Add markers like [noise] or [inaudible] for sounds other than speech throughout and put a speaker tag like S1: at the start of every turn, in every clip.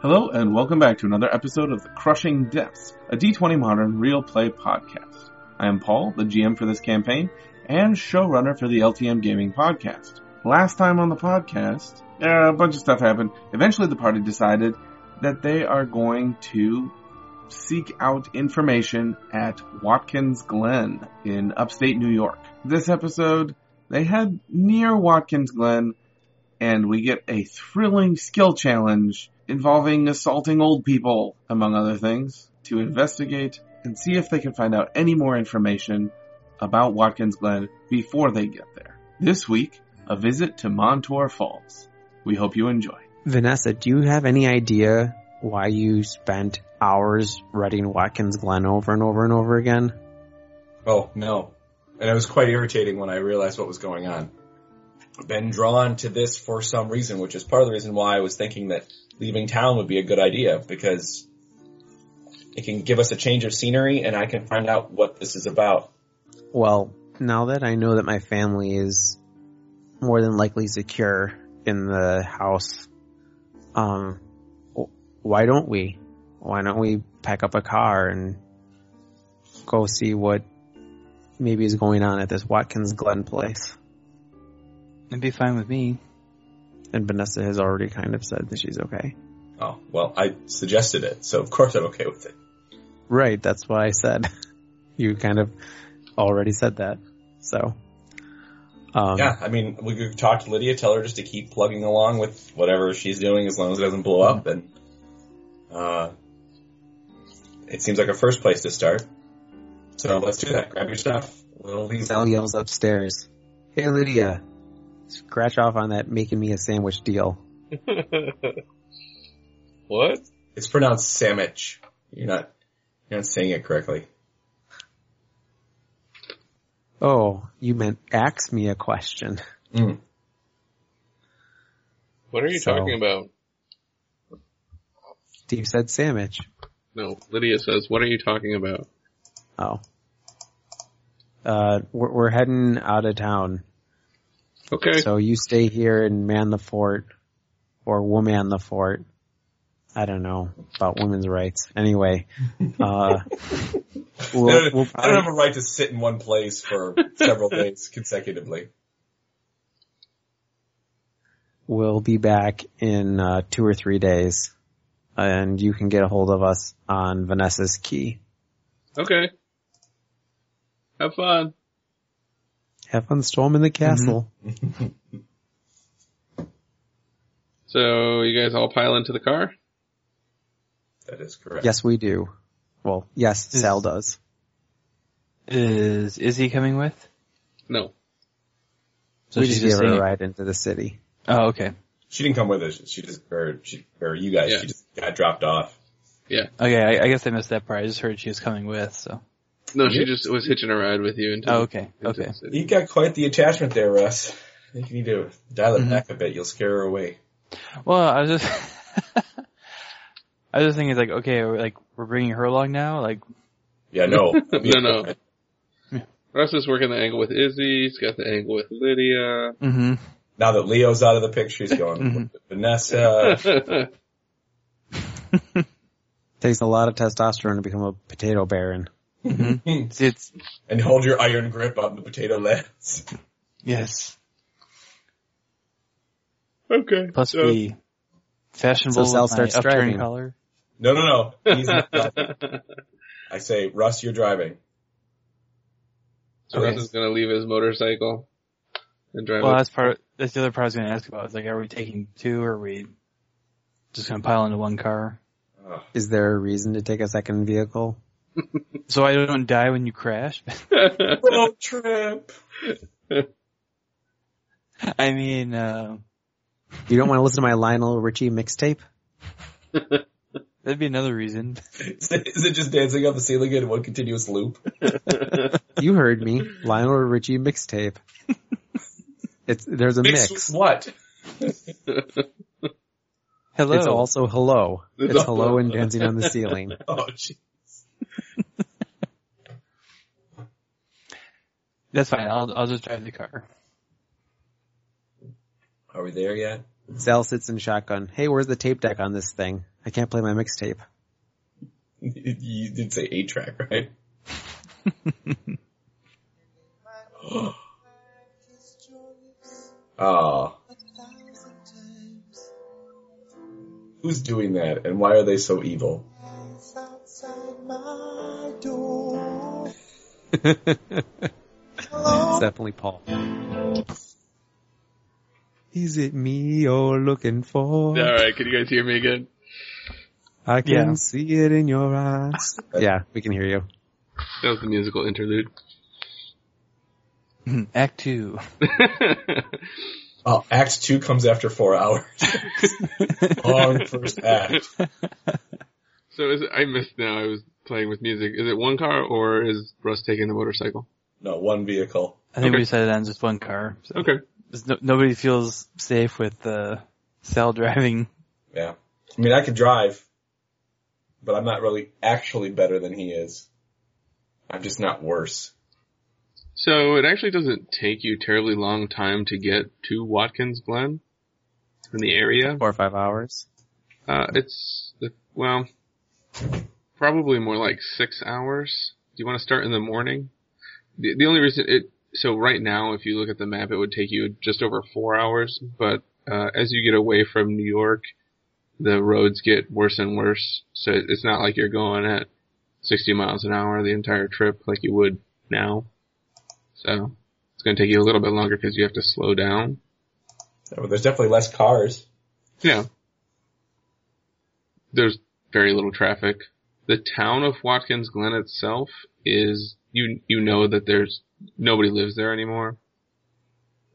S1: Hello, and welcome back to another episode of The Crushing Depths, a D20 Modern Real Play podcast. I am Paul, the GM for this campaign, and showrunner for the LTM Gaming podcast. Last time on the podcast, uh, a bunch of stuff happened. Eventually, the party decided that they are going to seek out information at Watkins Glen in upstate New York. This episode, they head near Watkins Glen, and we get a thrilling skill challenge involving assaulting old people, among other things, to investigate and see if they can find out any more information about Watkins Glen before they get there. This week, a visit to Montour Falls. We hope you enjoy.
S2: Vanessa, do you have any idea why you spent hours reading Watkins Glen over and over and over again?
S3: Oh, no. And it was quite irritating when I realized what was going on. I've been drawn to this for some reason, which is part of the reason why I was thinking that leaving town would be a good idea because it can give us a change of scenery and I can find out what this is about.
S2: Well, now that I know that my family is more than likely secure in the house, um, w- why don't we? Why don't we pack up a car and go see what maybe is going on at this Watkins Glen place?
S4: It'd be fine with me.
S2: And Vanessa has already kind of said that she's okay.
S3: Oh, well, I suggested it, so of course I'm okay with it.
S2: Right, that's what I said. [laughs] you kind of already said that. So, um,
S3: Yeah, I mean, we could talk to Lydia, tell her just to keep plugging along with whatever she's doing as long as it doesn't blow up and, uh, it seems like a first place to start. So let's do that. Grab your stuff. We'll leave
S2: Zell yells upstairs, Hey Lydia, scratch off on that making me a sandwich deal.
S5: what?
S3: It's pronounced sandwich. You're not, you're not saying it correctly.
S2: Oh, you meant ask me a question. [laughs]
S5: What are you
S2: So-
S5: talking about?
S2: Steve said sandwich.
S5: No, Lydia says, what are you talking about?
S2: Oh. Uh, we're, we're heading out of town.
S5: Okay.
S2: So you stay here and man the fort, or woman the fort. I don't know about women's rights.
S3: [laughs]
S2: Anyway, uh,
S3: I
S2: we'll,
S3: don't,
S2: we'll
S3: I don't have a right to sit in one place for
S2: [laughs]
S3: several days consecutively.
S2: we'll be back in uh, two or three days, and you can get a hold of us on Vanessa's key.
S5: okay. Have fun.
S2: Have fun storming
S4: Mm-hmm.
S2: the castle.
S5: So you guys all pile into the car?
S3: That is correct.
S2: Yes, we do. Well, yes, Sal does.
S4: Is Izzy coming with?
S5: No.
S4: So
S2: we
S4: she's
S2: just gave her
S4: staying-
S2: a ride into the city.
S4: Oh, okay.
S3: She didn't come with us. She just, or she, or you guys,
S5: Yeah.
S3: she just got dropped off.
S4: Okay, I, I guess I missed that part. I just heard she was coming with, so.
S5: No, she just was hitching a ride with you into,
S4: Oh, okay.
S5: into
S4: Okay.
S5: the city.
S3: You got quite the attachment there, Russ. I think you need to dial it
S4: Mhm.
S3: back a bit. You'll scare her away.
S4: Well, I was just, [laughs] I was just thinking, like, okay, we're, like, we're bringing her along now? Like,
S3: Yeah, no.
S5: [laughs] No, no. Russ is working the angle with Izzy. He's got the angle with Lydia.
S4: mm-hmm.
S3: Now that Leo's out of the picture, he's going, Vanessa.
S4: Uh,
S2: Takes a lot of testosterone to become a potato baron. mm-hmm.
S3: Mm-hmm.
S4: See, [laughs] it's,
S3: and hold your iron grip on the potato lens.
S4: yes.
S5: [laughs] okay.
S4: Plus
S5: so-
S4: be
S2: So
S4: fashionable
S2: Sal
S4: with my
S2: starts
S4: upturned
S2: driving.
S4: collar.
S3: No, no, no.
S5: [laughs]
S3: He's not driving. I say, Russ, you're driving.
S5: So Russ is going to leave his motorcycle and drive
S4: Well,
S5: up-
S4: that's part, that's the other part I was going to ask about. It's like, are we taking two or are we just going to pile into one car?
S3: Oh,
S2: Is there a reason to take a second vehicle?
S4: So I don't die when you crash? [laughs]
S3: road trip.
S4: I mean, uh,
S2: You don't want to listen to my Lionel Richie mixtape?
S4: that'd be another reason.
S3: [laughs]
S4: [laughs]
S3: Is it, is it just dancing on the ceiling in one continuous loop?
S2: You heard me. Lionel Richie mixtape. It's there's a
S3: Mixed
S2: mix.
S3: with What?
S4: Hello.
S2: It's also hello.
S5: It's
S2: It's,
S5: also-
S2: hello and dancing on the ceiling.
S3: Oh, gee.
S4: That's fine. I'll I'll just drive the car.
S3: Are we there yet?
S2: Sal sits in shotgun. Hey, where's the tape deck on this thing? I can't play my mixtape.
S3: You did say eight track, right? [gasps] oh. Who's doing that and why are they so evil?
S2: It's definitely Paul. Is it me you're looking for?
S5: [laughs] All right, can you guys hear me again?
S2: I can
S4: Yeah.
S2: see it in your eyes. yeah, we can hear you.
S5: That was the musical interlude. [laughs]
S4: Hmm. Act two.
S3: Oh, act two comes after four hours. Long first act.
S5: so is it, I missed now. I was playing with music. Is it one car or is Russ taking the motorcycle?
S3: No, one vehicle.
S4: I think
S5: Okay.
S4: we decided on just one car. So
S5: Okay.
S4: There's no, nobody feels safe with uh, Sal driving.
S3: Yeah. I mean, I could drive, but I'm not really actually better than he is. I'm just not worse.
S5: So it actually doesn't take you terribly long time to get to Watkins Glen in the area.
S2: Four or five hours.
S5: Uh, it's well, probably more like six hours. Do you want to start in the morning? The, the only reason it so right now, if you look at the map, it would take you just over four hours. But uh, as you get away from New York, the roads get worse and worse. So it- it's not like you're going at 60 miles an hour the entire trip like you would now. So it's going to take you a little bit longer because you have to slow down.
S3: Oh, There's definitely less cars.
S5: Yeah. There's very little traffic. The town of Watkins Glen itself is you you know that there's nobody lives there anymore.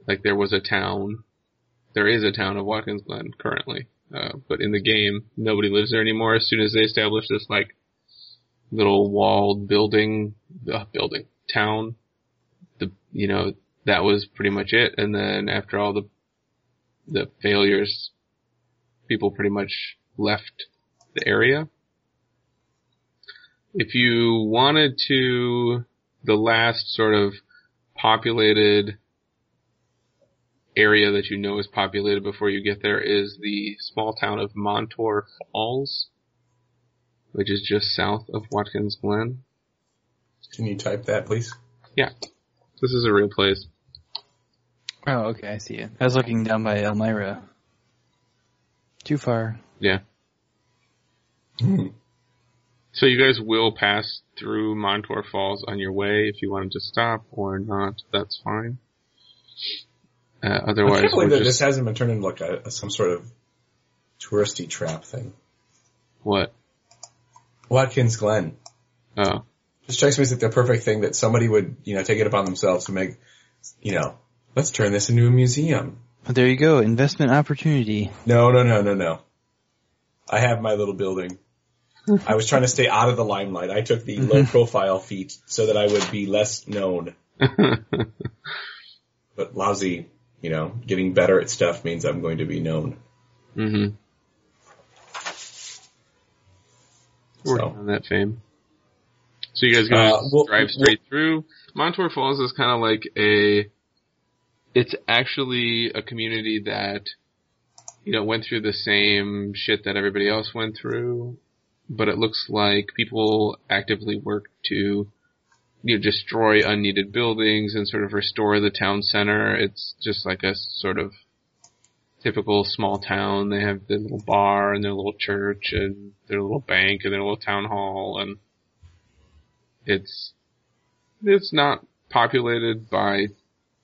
S5: Like there was a town, there is a town of Watkins Glen currently, uh, but in the game nobody lives there anymore. As soon as they establish this like little walled building, uh, building town, the you know that was pretty much it. And then after all the the failures people pretty much left the area. If you wanted to, the last sort of populated area that you know is populated before you get there is the small town of Montour Falls, which is just south of Watkins Glen.
S3: Can you type that, please?
S5: This is a real place.
S4: Oh, okay, I see it. I was looking down by Elmira. Too far.
S5: Yeah. So you guys will pass through Montour Falls on your way if you wanted to stop or not. That's fine. Uh,
S3: I
S5: otherwise,
S3: can't believe
S5: we're
S3: that this
S5: just
S3: hasn't been turned into like a, some sort of touristy trap thing.
S5: what?
S3: Watkins Glen.
S5: Oh, [laughs]
S3: Just strikes me as like the perfect thing that somebody would, you know, take it upon themselves to make, you know, let's turn this into a museum.
S4: But there you go, investment opportunity.
S3: No, no, no, no, no. I have my little [laughs] building. I was trying to stay out of the limelight. I took the low profile feat so that I would be less known. but lousy, you know, getting better at stuff means I'm going to be known.
S5: mm-hmm. Working
S3: So.
S5: on that fame. So you guys gonna
S3: Uh, well-
S5: drive straight through Montour Falls is kind of like a. It's actually a community that, you know, went through the same shit that everybody else went through, but it looks like people actively work to, you know, destroy unneeded buildings and sort of restore the town center. It's just like a sort of typical small town. They have their little bar and their little church and their little bank and their little town hall and it's it's not populated by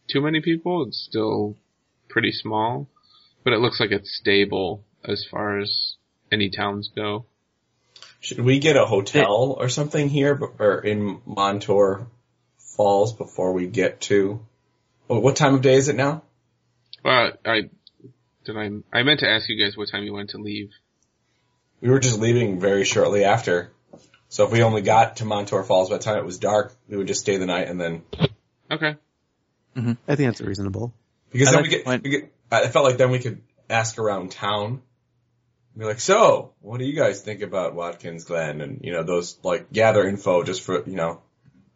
S5: too many people. It's still pretty small, but it looks like it's stable as far as any towns go.
S3: Should we get a hotel or something here, b- or in Montour Falls before we get to? Oh, what time of day is it now?
S5: But I did I I meant to ask you guys what time you wanted to leave.
S3: We were just leaving very shortly after, so if we only got to Montour Falls by the time it was dark, we would just stay the night and then
S5: Okay. [laughs]
S2: I think that's reasonable.
S3: Because
S4: I
S3: then
S4: like
S3: we get,
S4: the point-
S3: we get, I felt like then we could ask around town. Be like, so, what do you guys think about Watkins Glen? And, you know, those, like, gather info just for, you know,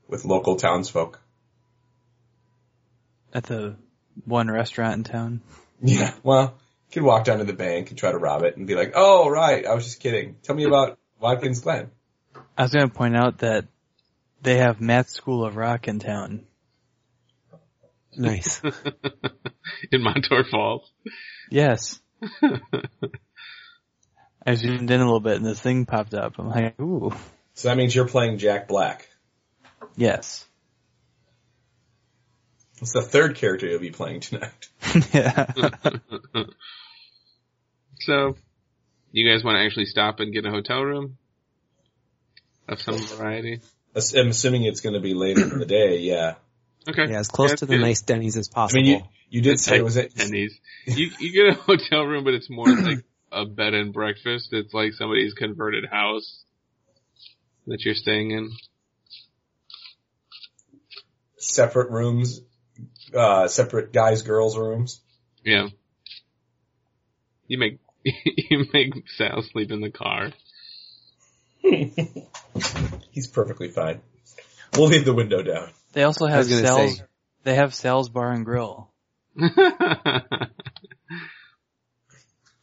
S3: with local townsfolk.
S4: At the one restaurant in town.
S3: Yeah. Well, could walk down to the bank and try to rob it and be like, "Oh, right, I was just kidding. Tell me about Watkins Glen."
S4: I was going to point out that they have Matt's School of Rock in town. [laughs]
S2: Nice.
S5: in Montour Falls.
S4: [laughs] Yes. I zoomed in a little bit and this thing popped up. I'm like, ooh,
S3: So that means you're playing Jack Black.
S4: yes. [laughs]
S3: It's the third character you'll be playing tonight.
S4: yeah.
S5: so, you guys want to actually stop and get a hotel room of some variety?
S3: Ass- I'm assuming it's going to be later in the day. Yeah.
S5: Okay.
S2: Yeah, as close
S5: That's
S2: to the
S5: good.
S2: nice Denny's as
S3: I
S2: possible.
S3: mean, you you did say it was it.
S5: And these, you you get a [laughs] hotel room, but it's more like a bed and breakfast. It's like somebody's converted house that you're staying in.
S3: separate rooms, uh, separate guys, girls rooms.
S5: Yeah. You make [laughs] you make Sal sleep in the car. [laughs]
S3: He's perfectly fine. We'll leave the window down.
S4: They also have
S2: was gonna
S4: sales.
S2: say-
S4: They have sales bar and grill.
S5: oh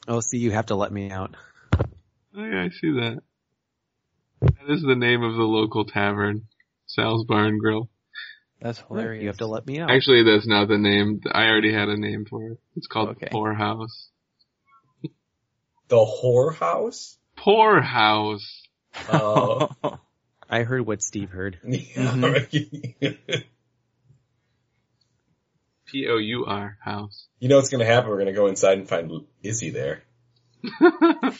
S2: oh, see, you have to let me out.
S5: yeah, I see that. That is the name of the local tavern, Sal's Bar and Grill.
S4: That's hilarious.
S2: You have to let me out.
S5: Actually, that's not the name. I already had a name for it. It's called
S4: Okay.
S5: Poor House.
S3: The whorehouse? [laughs]
S5: Poor House.
S3: Oh.
S2: I heard what Steve heard.
S3: [laughs] you
S5: P O U R House.
S3: know what's going to happen? We're going to go inside and find Izzy there.
S5: [laughs] At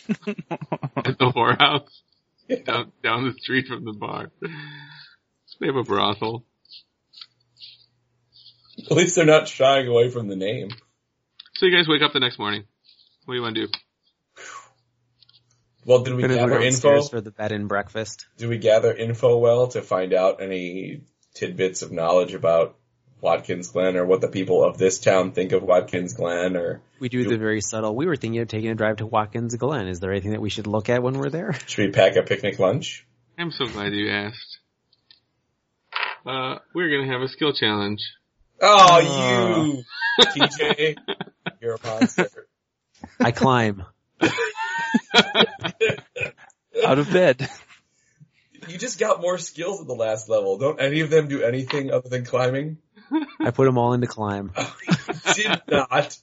S5: the whorehouse. Down, down the street from the bar. They have a brothel.
S3: [laughs] At least they're not shying away from the name.
S5: So you guys wake up the next morning. What do you want to do?
S3: Well, did we
S2: Gonna go
S3: gather info?
S2: downstairs for the bed and breakfast.
S3: Did we gather info well to find out any tidbits of knowledge about Watkins Glen or what the people of this town think of Watkins Glen or
S2: We do the very subtle. We were thinking of taking a drive to Watkins Glen. Is there anything that we should look at when we're there?
S3: should we pack a picnic lunch?
S5: I'm so glad you asked. Uh, we're gonna have a skill challenge.
S3: Oh, you, [laughs] TJ, you're a monster.
S2: I climb.
S4: out of bed.
S3: You just got more skills at the last level. Don't any of them do anything other than climbing? [laughs]
S2: I put them all into climb.
S3: Did not.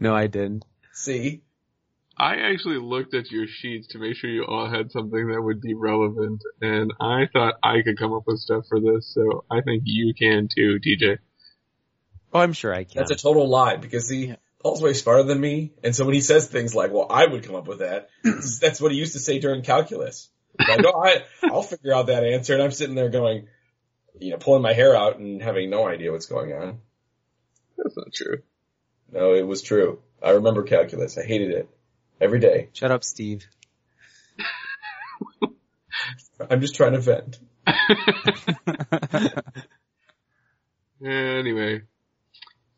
S2: No, I didn't.
S3: See,
S5: I actually looked at your sheets to make sure you all had something that would be relevant, and I thought I could come up with stuff for this, so I think you can too, DJ.
S2: Oh, I'm sure I can.
S3: that's a total lie because see,
S4: Yeah.
S3: Paul's way smarter than me, and so when he says things like, "Well, I would come up with that," that's what he used to say during calculus. He's Like, no, I, I'll figure out that answer, and I'm sitting there going, you know, pulling my hair out and having no idea what's going on.
S5: That's not true.
S3: No, it was true. I remember calculus. I hated it every day.
S2: Shut up, Steve.
S3: I'm just trying to vent.
S5: Anyway,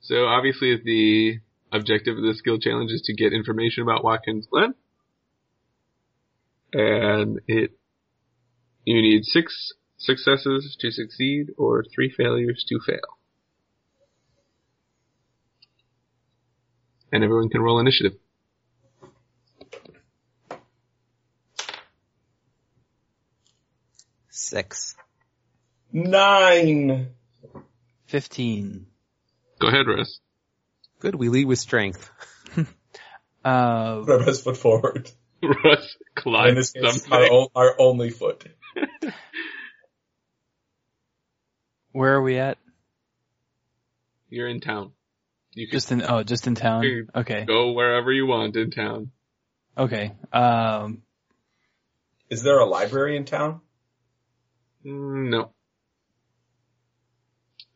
S5: so obviously the objective of the skill challenge is to get information about Watkins Glen, and it you need six successes to succeed or three failures to fail. And everyone can roll initiative.
S2: Six.
S3: Nine.
S4: [laughs] Fifteen.
S5: Go ahead, Russ. [laughs]
S2: Good. We lead with strength.
S4: Uh,
S3: Put our best foot forward.
S5: Russ
S3: In
S5: climbs
S3: this case,
S5: something.
S3: our, o- our only foot.
S4: where are we at?
S5: You're in town. You can
S4: Just in oh, just in town. Okay.
S5: go wherever you want in town.
S4: Okay. Um,
S3: Is there a library in town?
S5: Mm, No.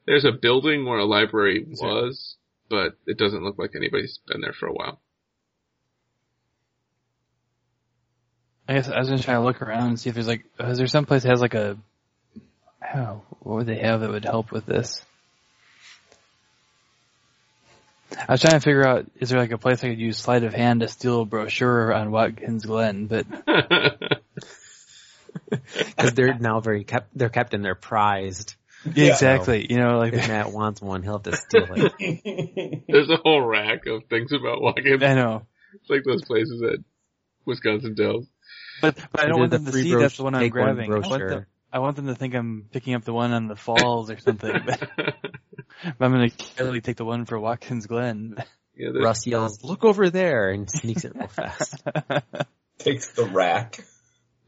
S5: There's a building where a library
S3: Is there?
S5: was, but it doesn't look like anybody's been there for a while. [laughs]
S4: I guess I was gonna try to look around and see if there's like, is there someplace that has like a, oh, what would they have that would help with this? I was trying to figure out, is there like a place I could use sleight of hand to steal a brochure on Watkins Glen, but
S2: Cause they're now very kept, they're kept and they're prized.
S4: Yeah, exactly. You know, like
S2: If Matt wants one, he'll have to steal it.
S5: There's a whole rack of things about Watkins.
S4: [laughs] I know.
S5: It's [laughs] like those places at Wisconsin Dells.
S4: But but I
S2: Did
S4: don't want
S2: the
S4: them to
S2: free
S4: see
S2: broch-
S4: that's the one I'm
S2: take one
S4: grabbing. I want,
S2: brochure.
S4: them, I want them to think I'm picking up the one on the falls or something. [laughs] but I'm gonna clearly take the one for Watkins
S5: [laughs]
S4: Glen. [laughs]
S5: yeah, there's-
S2: Russ yells, "Look over there!" and sneaks it real fast.
S3: Takes the rack.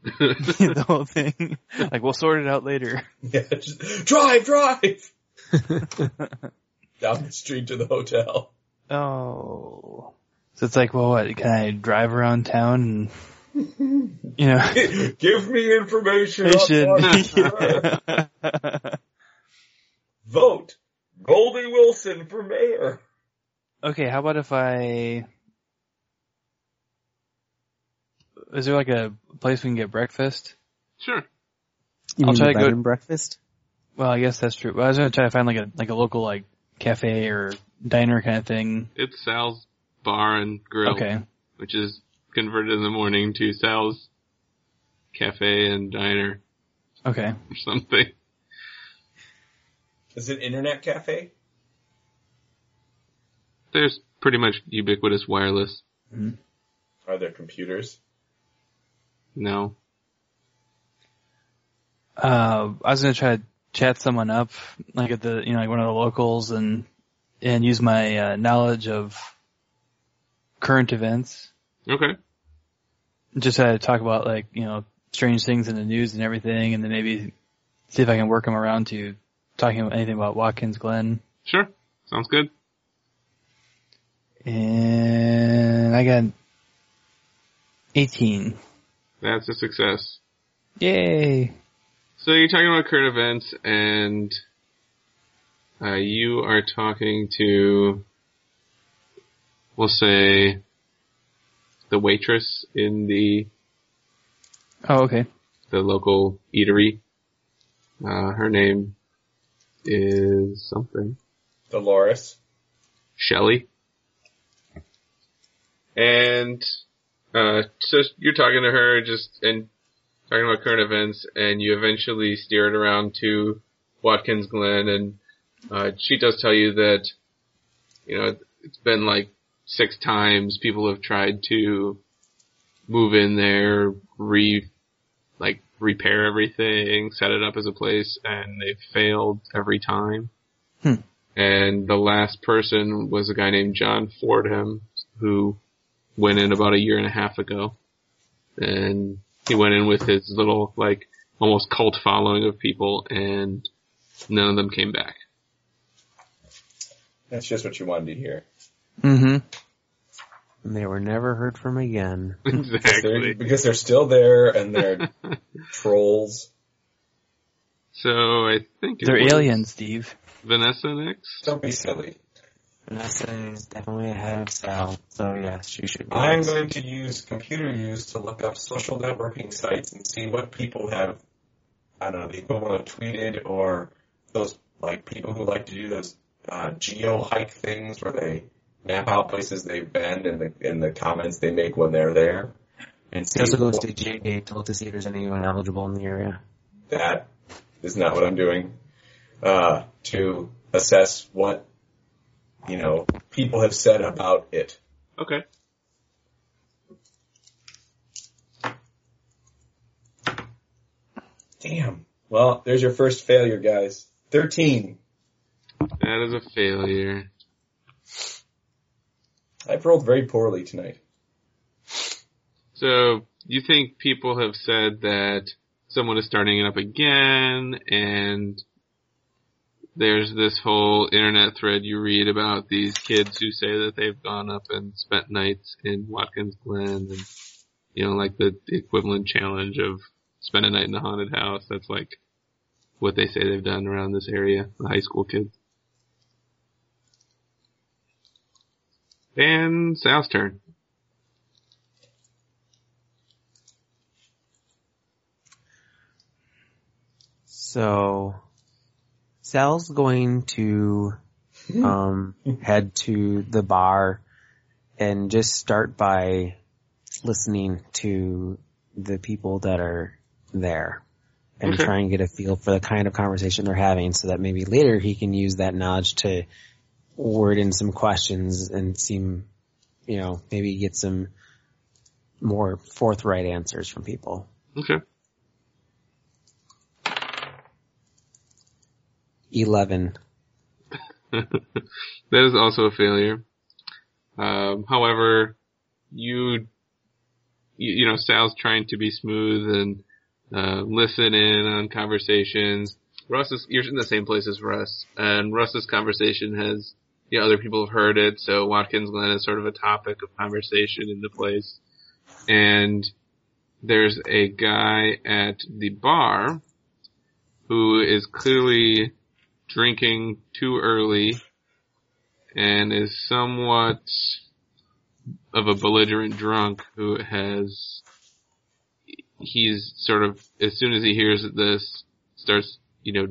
S4: the whole thing. Like we'll sort it out later.
S3: [laughs] Yeah, just, drive, drive! Down the street to the hotel. [laughs]
S4: Oh. So it's like, well, what? Can I drive around town and you know?
S3: Give me information.
S4: [laughs] I
S3: on [laughs]
S4: should- [laughs]
S3: Mark Zuckerberg. Vote Goldie Wilson for mayor.
S4: okay, how about if I? Is there like a place we can get breakfast?
S5: sure.
S2: [laughs] You
S4: I'll
S2: mean
S4: try
S2: the
S4: to go-
S2: bed and breakfast.
S4: Well, I guess that's true. Well, I was gonna try to find like a like a local like cafe or diner kind of thing.
S5: It's Sal's Bar and Grill,
S4: Okay.
S5: which is converted in the morning to Sal's Cafe and Diner
S4: Okay.
S5: or something.
S3: Is it internet cafe?
S5: There's pretty much ubiquitous wireless
S3: Are there computers?
S5: now.
S4: Uh, I was gonna try to chat someone up, like at the you know like one of the locals, and and use my uh, knowledge of current events.
S5: Okay.
S4: Just try to talk about like you know strange things in the news and everything, and then maybe see if I can work them around to talking about anything about Watkins Glen.
S5: Sure. Sounds good.
S4: And I got eighteen.
S5: That's a success.
S4: Yay!
S5: So you're talking about current events, and uh, you are talking to, we'll say, the waitress in the
S4: Oh, okay.
S5: the local eatery. Uh, her name is something
S3: Dolores.
S5: Shelly. And uh, so you're talking to her, just and talking about current events, and you eventually steer it around to Watkins Glen, and uh, she does tell you that you know it's been like six times people have tried to move in there, re like repair everything, set it up as a place, and they've failed every time.
S4: Hmm.
S5: And the last person was a guy named John Fordham who went in about a year and a half ago. And he went in with his little like almost cult following of people and none of them came back. [laughs]
S3: That's just what you wanted to hear.
S4: Mm-hmm.
S2: And they were never heard from again.
S3: They're-
S5: exactly.
S3: because they're still there and they're trolls.
S5: So I think it
S4: They're
S5: was
S4: aliens, Steve.
S5: Vanessa next.
S3: Don't be silly.
S2: Vanessa is definitely ahead of Sal, so yes, she should.
S3: I'm going to use computer use to look up social networking sites and see what people have, I don't know, the equivalent of tweeted or those, like, people who like to do those, uh, geo hike things where they map out places they've been and the, and the comments they make when they're there. And see
S2: She also goes
S3: what-
S2: to JDA to look to see if there's anyone eligible in the area.
S3: that is not what I'm doing. Uh, to assess what, you know, people have said about it.
S5: Okay.
S3: Damn. Well, there's your first failure, guys. 13.
S5: That is a failure.
S3: I've rolled very poorly tonight. [laughs]
S5: So you think people have said that someone is starting it up again and there's this whole internet thread you read about these kids who say that they've gone up and spent nights in Watkins Glen and you know, like the the equivalent challenge of spend a night in a haunted house. That's like what they say they've done around this area, the high school kids. And Sal's turn.
S2: So, Sal's going to um, head to the bar and just start by listening to the people that are there and
S5: Okay.
S2: try and get a feel for the kind of conversation they're having so that maybe later he can use that knowledge to word in some questions and seem, you know, maybe get some more forthright answers from people.
S5: Okay.
S2: 11.
S5: That is also a failure. Um, however, you, you, you know, Sal's trying to be smooth and uh, listen in on conversations. Russ is, you're in the same place as Russ, and Russ's conversation has, you know, other people have heard it, so Watkins Glen is sort of a topic of conversation in the place. And there's a guy at the bar who is clearly drinking too early and is somewhat of a belligerent drunk who has he's sort of as soon as he hears this starts you know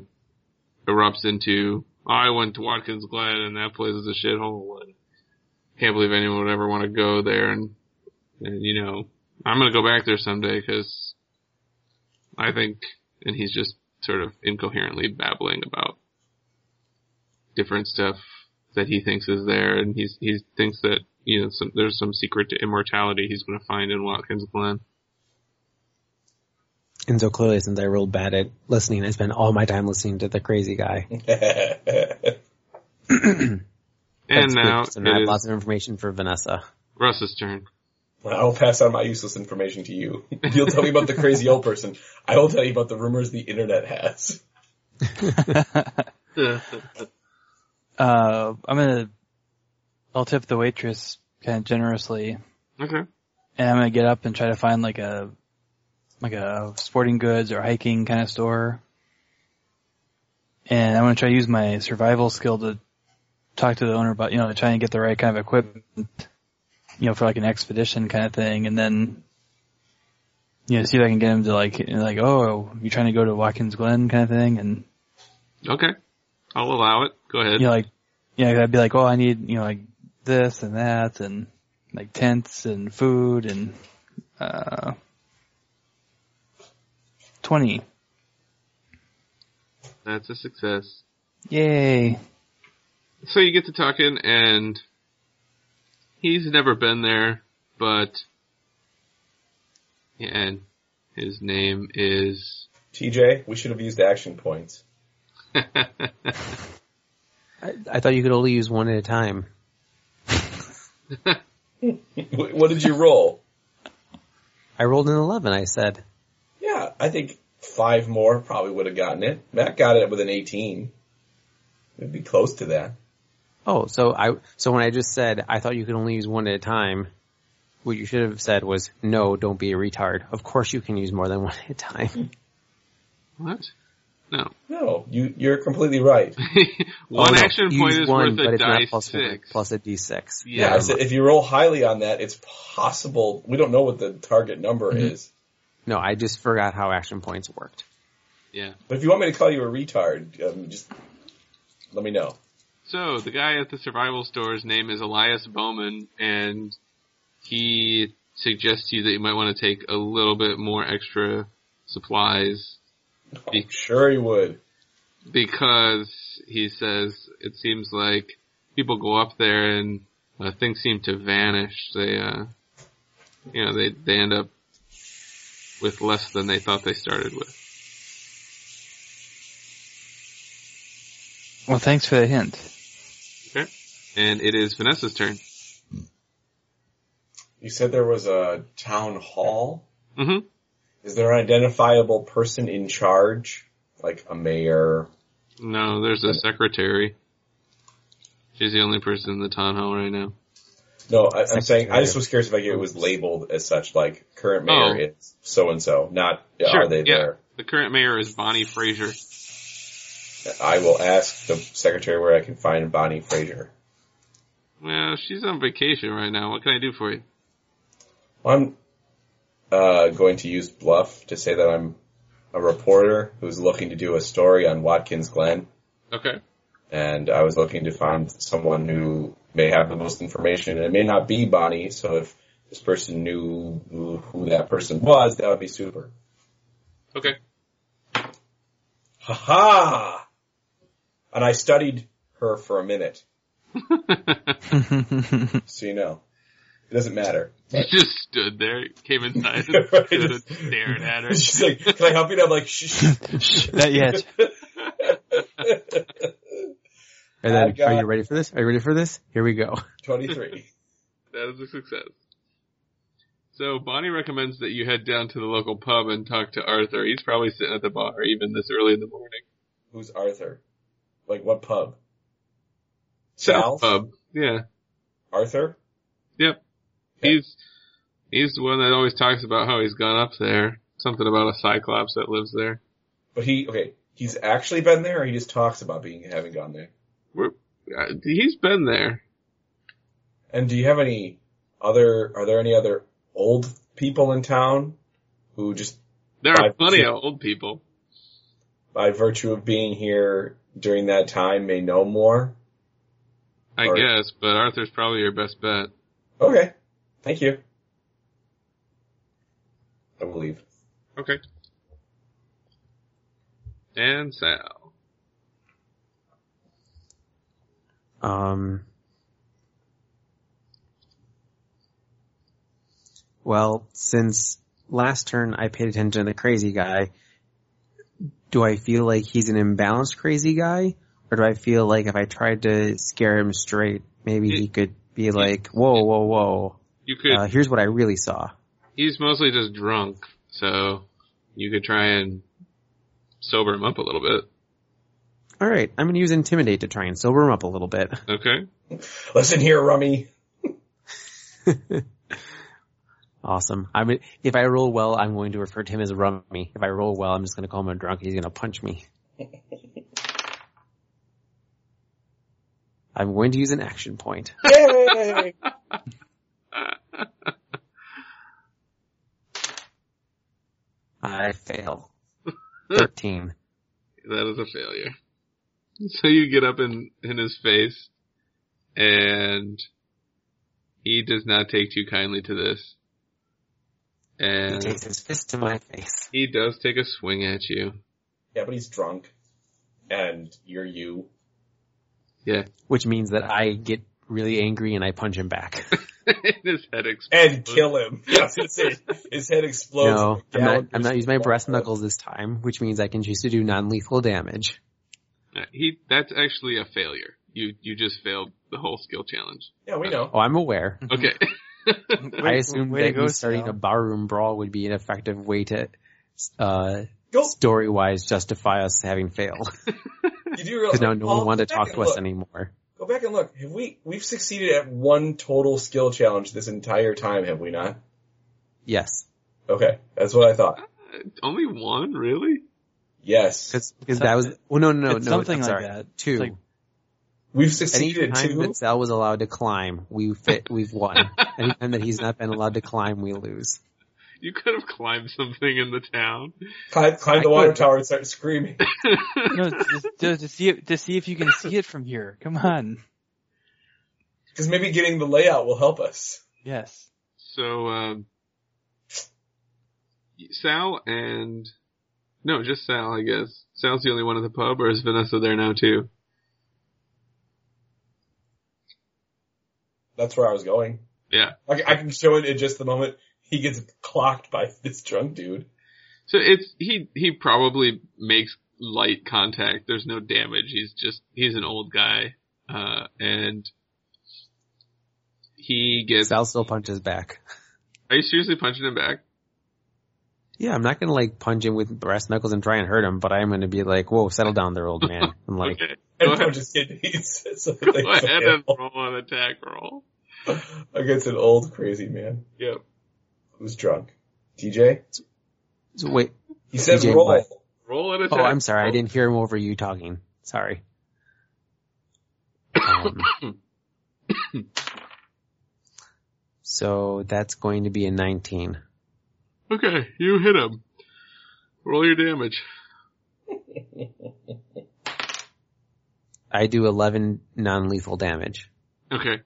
S5: erupts into I went to Watkins Glen and that place is a shithole and can't believe anyone would ever want to go there and and you know I'm gonna go back there someday because I think and he's just sort of incoherently babbling about different stuff that he thinks is there, and he's he thinks that you know some, there's some secret to immortality he's going to find in Watkins Glen.
S2: And so clearly since I rolled bad at listening, I spent all my time listening to the crazy guy.
S5: And
S2: That's
S5: now
S2: good. So now I
S5: it
S2: have
S5: is
S2: lots of information for Vanessa.
S5: Russ's turn.
S3: I'll pass on my useless information to you. [laughs] You'll tell me about the crazy old person. I will tell you about the rumors the internet has.
S4: uh, I'm gonna, I'll tip the waitress kind of generously,
S5: okay.
S4: and I'm gonna get up and try to find like a, like a sporting goods or hiking kind of store. And I'm gonna try to use my survival skill to talk to the owner about, you know, to try and get the right kind of equipment, you know, for like an expedition kind of thing, and then, you know, see if I can get him to like, like, oh, you trying to go to Watkins Glen kind of thing, and
S5: Okay. I'll allow it. Go ahead.
S4: you know, like, yeah, I'd be like, oh, I need, you know, like this and that and like tents and food and, uh, 20.
S5: That's a success.
S4: Yay.
S5: So you get to talking, and he's never been there, but and his name is. [laughs]
S3: TJ, we should have used action points.
S5: [laughs]
S2: I, I thought you could only use one at a time.
S3: Wh- What did you roll?
S2: I rolled an 11, I said.
S3: Yeah, I think five more probably would have gotten it. Matt got it with an 18. It'd be close to that.
S2: Oh, so I, so when I just said, I thought you could only use one at a time, what you should have said was, no, don't be a retard. Of course you can use more than [laughs] one at a time.
S5: What? No.
S3: No, you, you're completely right.
S5: one
S2: Oh, no,
S5: action
S2: use
S5: point is
S2: one,
S5: worth
S2: but
S5: a
S2: it's not
S5: dice
S2: plus one,
S5: six.
S2: plus a d6.
S3: Yeah,
S5: yeah.
S3: so if you roll highly on that, it's possible. We don't know what the target number is.
S2: No, I just forgot how action points worked.
S5: yeah.
S3: But if you want me to call you a retard, um, just let me know.
S5: So the guy at the survival store's name is Elias Bowman, and he suggests to you that you might want to take a little bit more extra supplies
S3: I'm sure you would.
S5: because he says it seems like people go up there and uh, things seem to vanish. They, uh, you know, they they end up with less than they thought they started with.
S4: Well, thanks for the hint.
S5: And it is Vanessa's turn.
S3: You said there was a town hall.
S5: Mm-hmm.
S3: Is there an identifiable person in charge, like a mayor?
S5: No, there's a secretary. She's the only person in the town hall right now.
S3: No, I, I'm saying I
S2: Secretary.
S3: just was curious if like, it was labeled as such, like current mayor
S5: Oh.
S3: is so and so. Not
S5: Sure,
S3: are they
S5: yeah.
S3: there?
S5: The current mayor is Bonnie Fraser.
S3: I will ask the secretary where I can find Bonnie Fraser.
S5: Well, she's on vacation right now. What can I do for you?
S3: I'm uh, going to use bluff to say that I'm a reporter who's looking to do a story on Watkins Glen,
S5: Okay.
S3: and I was looking to find someone who may have the most information. And it may not be Bonnie, so if this
S5: [laughs]
S3: person knew who that person was, that would be super.
S5: Okay.
S3: Ha ha! And I studied her for a minute, so you know. It doesn't matter.
S5: you just stood there, came [laughs] inside, and
S3: Right,
S5: stood and
S3: just-
S5: stared at
S3: [laughs]
S5: her.
S3: She's like, can I help you? And I'm like, shh. [laughs] shh.
S4: Not yet.
S2: And then,
S3: I've got-
S2: are you ready for this? Are you ready for this? Here we go.
S3: 23.
S5: That is a success. So Bonnie recommends that you head down to the local pub and talk to Arthur. He's probably sitting at the bar even this early in the morning.
S3: Who's Arthur? Like what pub?
S5: South
S3: Al's?
S5: Pub. Yeah.
S3: Arthur? Yeah.
S5: He's he's the one that always talks about how he's gone up there. Something about a cyclops that lives there.
S3: But he, okay, he's actually been there or he just talks about being, having gone there?
S5: We're, uh, he's been there.
S3: And do you have any other, are there any other old people in town who just
S5: There are
S3: I've
S5: plenty
S3: seen-
S5: of old people.
S3: by virtue of being here during that time may know more?
S5: I
S3: Or-
S5: guess, but Arthur's probably your best bet.
S3: Okay. Thank you. I will leave.
S5: Okay. And Sal.
S2: Um, well, since last turn I paid attention to the crazy guy, do I feel like he's an imbalanced crazy guy? Or do I feel like if I tried to scare him straight, maybe he could be like, whoa, whoa, whoa,
S5: You could.
S2: uh, here's what I really saw.
S5: he's mostly just drunk, so you could try and sober him up a little bit.
S2: Alright, I'm gonna use Intimidate to try and sober him up a little bit. [laughs]
S5: Okay.
S3: Listen here, rummy.
S2: Awesome. I mean, if I roll well, I'm going to refer to him as Rummy. If I roll well, I'm just going to call him a drunk. and He's going to punch
S4: [laughs]
S2: me. I'm going to use an action point.
S3: Yay!
S2: I
S4: [laughs]
S2: fail. Thirteen.
S5: That is a failure. [laughs] So you get up in, in his face, and he does not take too kindly to this.
S2: He
S5: And
S2: takes his fist to my face.
S5: he does take a swing at you. [laughs]
S3: yeah, but he's drunk. And you're you.
S5: Yeah.
S2: Which means that I get really angry and I punch him
S4: [laughs]
S2: back.
S5: his head explodes.
S3: and kill him. [laughs] Yeah, I was gonna say his head explodes.
S2: No, I'm not,
S3: Gallagher's
S2: I'm not using my breast
S3: blood.
S2: knuckles this time, which means I can choose to do non-lethal damage.
S5: Uh, He, that's actually a failure. You, you just failed the whole skill challenge.
S3: Yeah, we know.
S2: Oh, I'm aware.
S5: Okay. [laughs]
S2: I assumed
S4: way to
S2: that
S4: go,
S2: you starting
S4: Sal.
S2: a barroom brawl would be an effective way to, uh,
S3: Go.
S2: story wise justify us having
S4: [laughs]
S2: failed.
S3: You do
S2: Because
S3: realize
S2: now no
S3: Paul,
S2: one wanted
S3: go
S2: to
S3: back
S2: talk to
S3: and
S2: us
S3: look.
S2: anymore.
S3: Go back and look. Have we we've succeeded at one total skill challenge this entire time? Have we not?
S2: Yes.
S3: Okay, that's what I thought.
S5: Only one, really?
S3: Yes,
S2: Because that was, well no, no, no,
S4: It's
S2: no,
S4: something
S2: I'm
S4: like
S2: sorry.
S4: that.
S2: Two.
S4: It's like-
S3: we've
S2: Any
S3: succeeded
S2: time
S3: at two.
S2: that Sal was allowed to climb, we fit, we've won.
S4: [laughs]
S2: Any time that he's not been allowed to climb, we lose.
S5: You could have climbed something in the town.
S3: Climb, climb
S2: I
S3: the water
S2: could.
S3: tower and start screaming.
S4: No, just, just to see it, to see if you can see it from here. Come on.
S3: Because maybe getting the layout will help us.
S4: Yes.
S5: So, um, Sal and no, just Sal, I guess. Sal's the only one at the pub, or is Vanessa there now too?
S3: That's where I was going.
S5: Yeah.
S3: I, I can show it in just the moment he gets clocked by [laughs] this drunk dude.
S5: So it's he. He probably makes light contact. There's no damage. He's just he's an old guy, uh, and he gets.
S2: Sal still punches back.
S5: Are you seriously punching him back?
S2: Yeah, I'm not gonna like punch him with brass knuckles and try and hurt him, but I'm gonna be like, whoa, settle down there, old man. I'm like,
S5: okay.
S3: And
S5: Go
S3: I'm
S5: ahead.
S3: just kidding. [laughs] He's, it's like
S5: [laughs] Go
S3: they
S5: ahead
S3: fail.
S5: and roll an attack roll.
S3: against an old crazy man
S5: Yep.
S3: who's drunk. DJ?
S2: so wait,
S3: He said
S2: DJ
S3: roll.
S2: what?
S5: Roll an attack.
S2: oh, I'm sorry, I
S5: roll.
S2: didn't hear him over you talking. Sorry. Um, so that's going to be a 19.
S5: Okay, you hit him. Roll your damage.
S2: I do 11 non-lethal damage.
S5: Okay.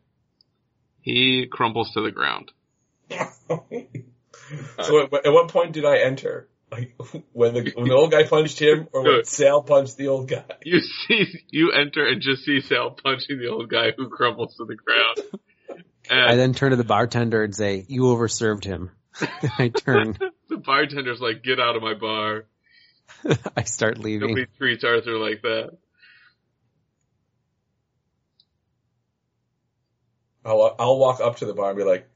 S5: He
S3: [laughs]
S5: crumples to the ground.
S3: so at, at what point did I enter? Like [laughs] when the when the old guy punched him, or when
S5: [laughs] Good.
S3: Sal punched the old guy.
S5: [laughs] You see, you enter and just see Sal punching the old guy who crumbles to the ground.
S2: [laughs] I
S5: And
S2: then turn to the bartender and say, "You overserved him." [laughs] I turn.
S5: the bartender's like, "Get out of my bar."
S2: I start leaving.
S5: Nobody treats Arthur like that.
S2: [laughs]
S3: I'll I'll walk up to the bar and be like,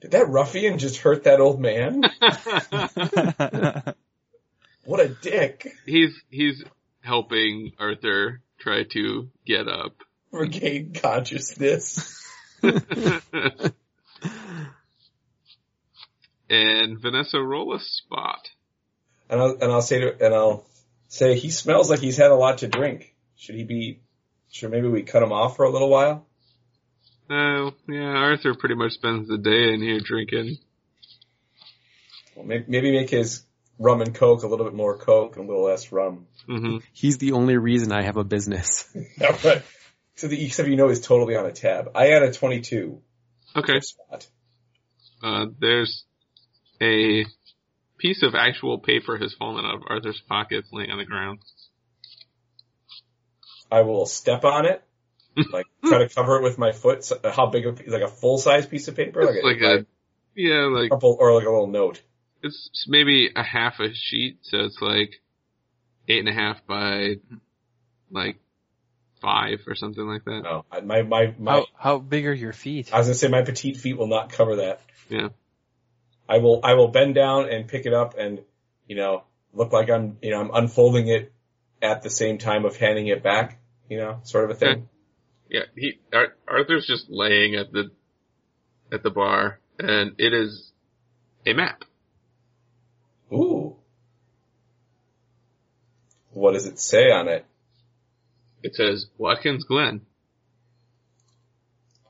S3: "Did that ruffian just hurt that old man? What a dick!"
S5: he's he's helping Arthur try to get up.
S3: Regain consciousness.
S5: [laughs] and Vanessa, roll a spot.
S3: And I'll and I'll say to and I'll say he smells like he's had a lot to drink. Should he be? Should maybe we cut him off for a little while?
S5: Oh, yeah, Arthur pretty much spends the day in here drinking.
S3: Well, may- maybe make his rum and coke a little bit more coke and a little less rum. [laughs]
S5: hmm
S2: He's the only reason I have a business.
S3: Yeah, right. So the except you know is totally on a tab. I had a 22
S5: Okay,
S3: spot.
S5: uh, there's a piece of actual paper has fallen out of Arthur's pockets, laying on the ground.
S3: I will step on it, like try to cover it with my foot. So, how big of like a full size piece of paper, like a,
S5: Like a, yeah, like
S3: couple or like a little note.
S5: it's maybe a half a sheet, so it's like eight and a half by like five or something like that.
S3: No, I- my my my.
S4: how how big are your feet?
S3: I was gonna say my petite feet will not cover that.
S5: Yeah.
S3: I will I will bend down and pick it up and you know look like I'm you know I'm unfolding it at the same time of handing it back. You know, sort of a thing.
S5: Yeah, he Ar- Arthur's just laying at the at the bar, and it is a map.
S3: Ooh. What does it say on it?
S5: It says Watkins Glen.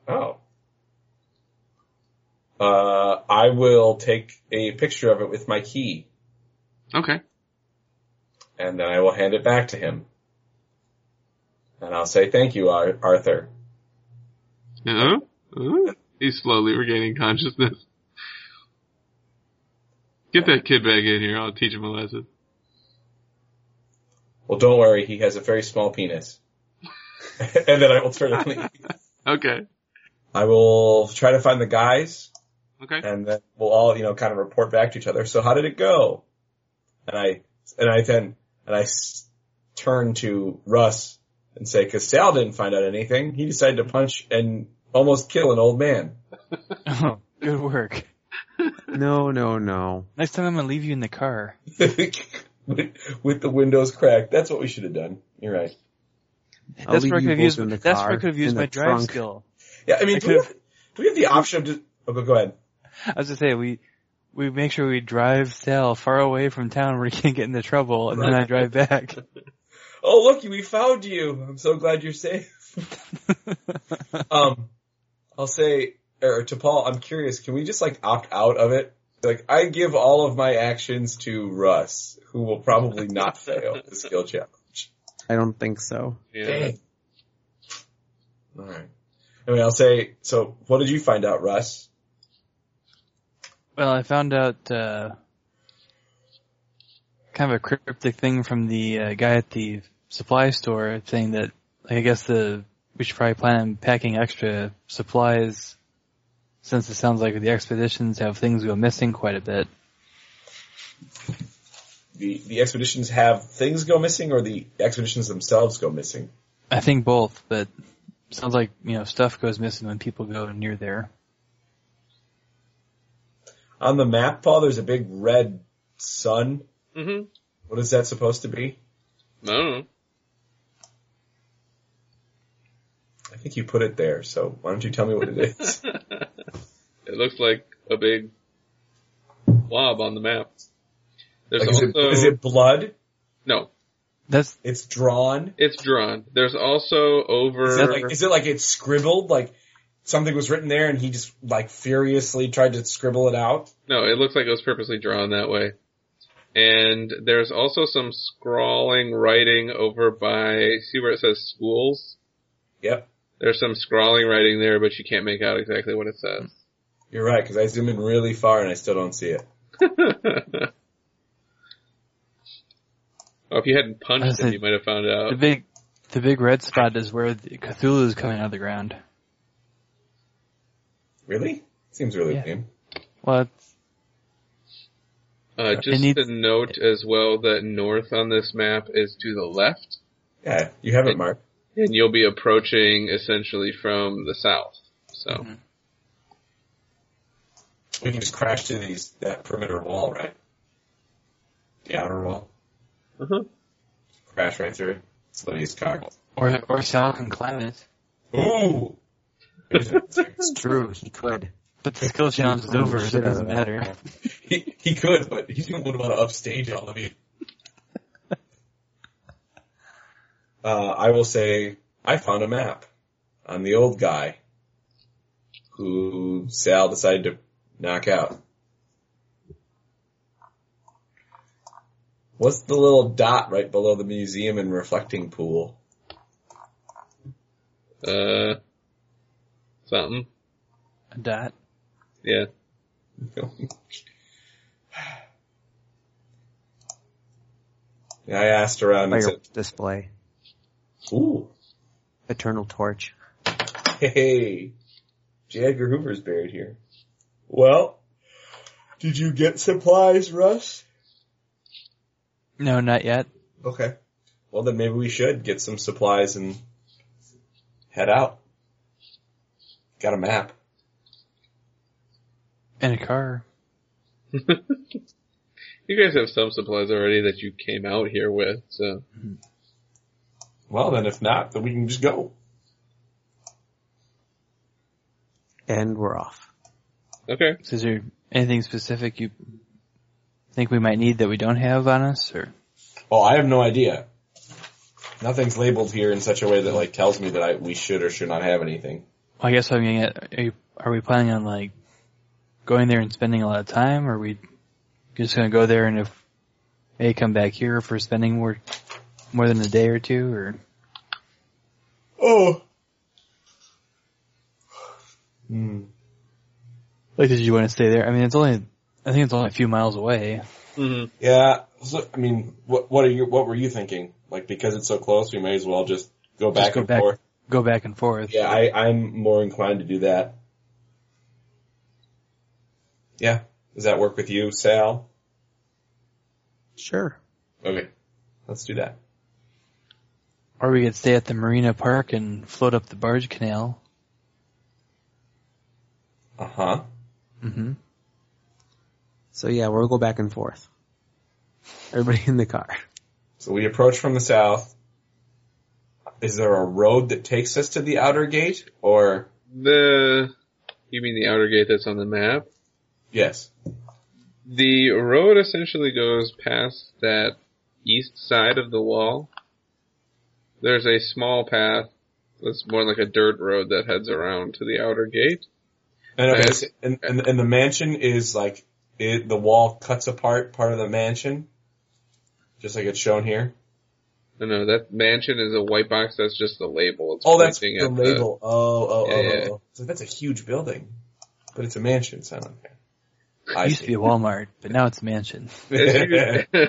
S3: Oh. Uh, I will take a picture of it with my key,
S5: Okay.
S3: and then I will hand it back to him. And I'll say thank you, Ar- Arthur.
S5: Uh-huh. Uh-huh. He's slowly regaining consciousness. Get that kid back in here. I'll teach him a lesson.
S3: Well, don't worry, he has a very small penis. [laughs] and then I will turn and leave.
S5: Okay.
S3: [laughs] I will try to find the guys,
S5: Okay.
S3: and then we'll all, you know, kind of report back to each other. So how did it go? And I, and I then, and I s- turn to Russ and say, cause Sal didn't find out anything. He decided to punch and almost kill an old man. [laughs]
S4: Oh, [laughs] good work.
S2: No, no, no.
S4: Next time I'm gonna leave you in the car.
S3: with, with the windows cracked. That's what we should have done. You're right.
S2: I'll
S4: that's
S2: leave
S4: where I
S2: you
S4: could have
S2: both
S4: used.
S2: in the
S4: That's where
S2: car,
S4: I could have
S2: in
S4: used
S2: the
S4: my drive
S2: trunk.
S4: skill.
S3: Yeah, I mean,
S4: I
S3: do we, have, do we have the option of just, oh, go, go ahead.
S4: I was just say we we make sure we drive Sal far away from town where he can't get into trouble, and then I drive back.
S3: Oh, look, we found you. I'm so glad you're safe. um, I'll say or to Paul, I'm curious. Can we just like opt out of it? Like, I give all of my actions to Russ, who will probably not fail the skill challenge.
S2: I don't think so.
S5: Yeah.
S3: All right. Anyway, I'll say. So, what did you find out, Russ?
S4: well, I found out uh, kind of a cryptic thing from the uh, guy at the supply store saying that like, I guess the we should probably plan on packing extra supplies since it sounds like the expeditions have things go missing quite a bit.
S3: The the expeditions have things go missing, or the expeditions themselves go missing.
S4: I think both, but sounds like you know stuff goes missing when people go near there.
S3: On the map, Paul, there's a big red sun.
S5: Mm-hmm.
S3: What is that supposed to be?
S5: No.
S3: I think you put it there. So, why don't you tell me what it [laughs] is?
S5: It looks like a big blob on the map. There's
S3: Like, is,
S5: also
S3: it, is it blood?
S5: no.
S4: That's
S3: It's drawn.
S5: It's drawn. There's also over.
S3: Is, that like, is it like it's scribbled? Like something was written there, and he just like furiously tried to scribble it out.
S5: No, it looks like it was purposely drawn that way. And there's also some scrawling writing over by, see where it says schools?
S3: Yep,
S5: There's some scrawling writing there, but you can't make out exactly what it says. [laughs]
S3: you're right. Because I zoom in really far, and I still don't see it.
S5: Oh, if you hadn't punched
S4: Honestly,
S5: him, you might have found out.
S4: The big, the big red spot is where the Cthulhu is coming out of the ground.
S3: Really? Seems really
S4: Yeah.
S3: lame.
S4: Well, it's-
S5: Uh, just
S4: needs-
S5: a note as well that north on this map is to the left,
S3: Yeah, you have it, Mark.
S5: and you'll be approaching essentially from the south. So
S3: We can just crash through these that perimeter wall, right? The outer wall.
S5: Uh-huh.
S3: Crash right through. Slady's cock.
S4: or or Sal can climb it.
S3: Ooh. [laughs]
S2: It's true. He could.
S4: But the skill challenge is over, so it doesn't matter.
S3: he, he could, but he wouldn't want to upstage all of you. [laughs] uh, I will say I found a map. I'm the old guy who Sal decided to knock out. What's the little dot right below the museum and reflecting pool? [laughs]
S5: uh, something,
S4: A dot.
S5: yeah.
S3: Yeah, I asked around and
S2: Fire
S3: said,
S2: display.
S3: ooh,
S2: Eternal torch.
S3: Hey, J. Edgar Hoover's buried here. Well, did you get supplies, Russ?
S4: No, not yet.
S3: Okay. Well, then maybe we should get some supplies and head out. Got a map.
S4: In a car.
S5: You guys have some supplies already that you came out here with, so
S3: Well, then if not, then we can just go.
S2: And we're off.
S5: okay.
S4: So is there anything specific you think we might need that we don't have on us, or
S3: Well, I have no idea. Nothing's labeled here in such a way that like tells me that I we should or should not have anything.
S4: Well, I guess I'm getting at, are, you, are we planning on like going there and spending a lot of time, or are we just gonna go there and if hey come back here if we're spending more more than a day or two, or
S3: Oh. Hmm.
S4: like did you want to stay there? I mean, it's only I think it's only a few miles away.
S5: Mm-hmm.
S3: Yeah, so, I mean, what what are you what were you thinking? Like because it's so close, we may as well just go
S4: Just
S3: back
S4: go
S3: and
S4: back.
S3: forth.
S4: Go back and forth.
S3: Yeah, I I'm more inclined to do that. Yeah, does that work with you, Sal?
S2: Sure.
S3: Okay, let's do that.
S4: Or we could stay at the Marina Park and float up the barge canal.
S3: Uh huh.
S4: hmm
S2: So yeah, we'll go back and forth. Everybody in the car.
S3: So we approach from the south. Is there a road that takes us to the outer gate, or
S5: The you mean the outer gate that's on the map?
S3: yes?
S5: The road essentially goes past that east side of the wall. There's a small path that's more like a dirt road that heads around to the outer gate.
S3: And, okay,
S5: Yes.
S3: so- and, and and the mansion is like it, the wall cuts apart part of the mansion, just like it's shown here.
S5: No, no, that mansion is a white box. That's just the label. It's
S3: Oh, that's
S5: pointing
S3: the
S5: at
S3: label. Oh, oh, oh,
S5: Yeah, yeah.
S3: oh, oh. So that's a huge building, but it's a mansion. So I don't care. I
S4: It used to be a Walmart, but now it's a mansion.
S5: as,
S3: [laughs] see.
S5: you, [laughs]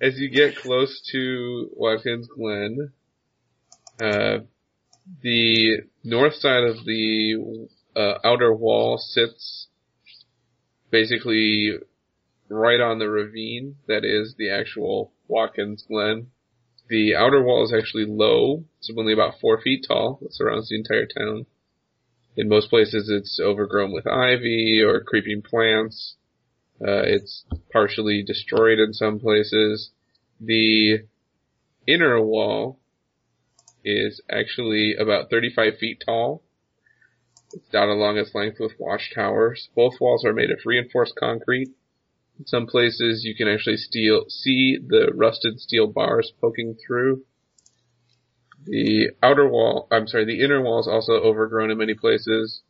S5: as you get close to Watkins Glen, uh, the north side of the uh, outer wall sits basically right on the ravine that is the actual Watkins Glen. The outer wall is actually low. It's only about four feet tall. It surrounds the entire town. In most places, it's overgrown with ivy or creeping plants. Uh, it's partially destroyed in some places. The inner wall is actually about 35 feet tall. It's down along its length with watchtowers. Both walls are made of reinforced concrete. In some places you can actually steal, see the rusted steel bars poking through. The outer wall, I'm sorry, the inner wall is also overgrown in many places.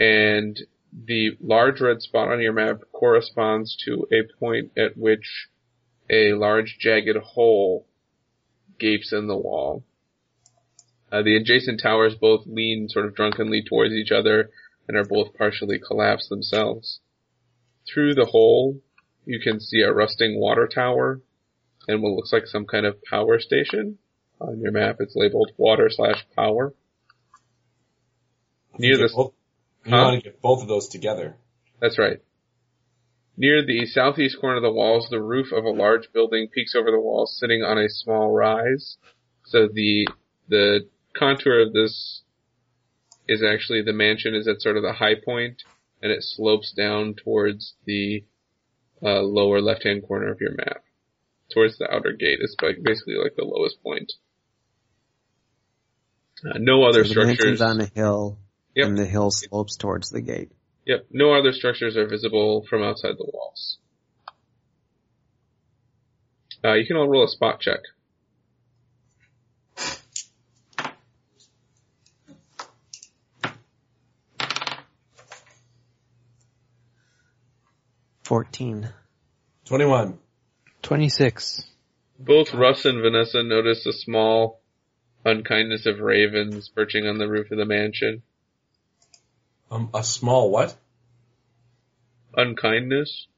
S5: And the large red spot on your map corresponds to a point at which a large jagged hole gapes in the wall. Uh, the adjacent towers both lean sort of drunkenly towards each other and are both partially collapsed themselves. Through the hole, you can see a rusting water tower and what looks like some kind of power station. On your map, it's labeled water slash power. Near
S3: Get
S5: this,
S3: both- You
S5: Huh?
S3: want to get both of those together.
S5: that's right. Near the southeast corner of the walls, the roof of a large building peeks over the walls, sitting on a small rise. So the the contour of this is actually the mansion is at sort of the high point, and it slopes down towards the uh, lower left hand corner of your map, towards the outer gate. It's like basically like the lowest point. Uh, no other
S2: So the
S5: structures.
S2: mansion's on a hill,
S5: Yep.
S2: and the hill slopes towards the gate.
S5: Yep, no other structures are visible from outside the walls. Uh, you can all roll a spot check.
S2: Fourteen.
S3: 21.
S4: 26.
S5: Both Russ and Vanessa notice a small unkindness of ravens perching on the roof of the mansion.
S3: Um, a small what?
S5: Unkindness?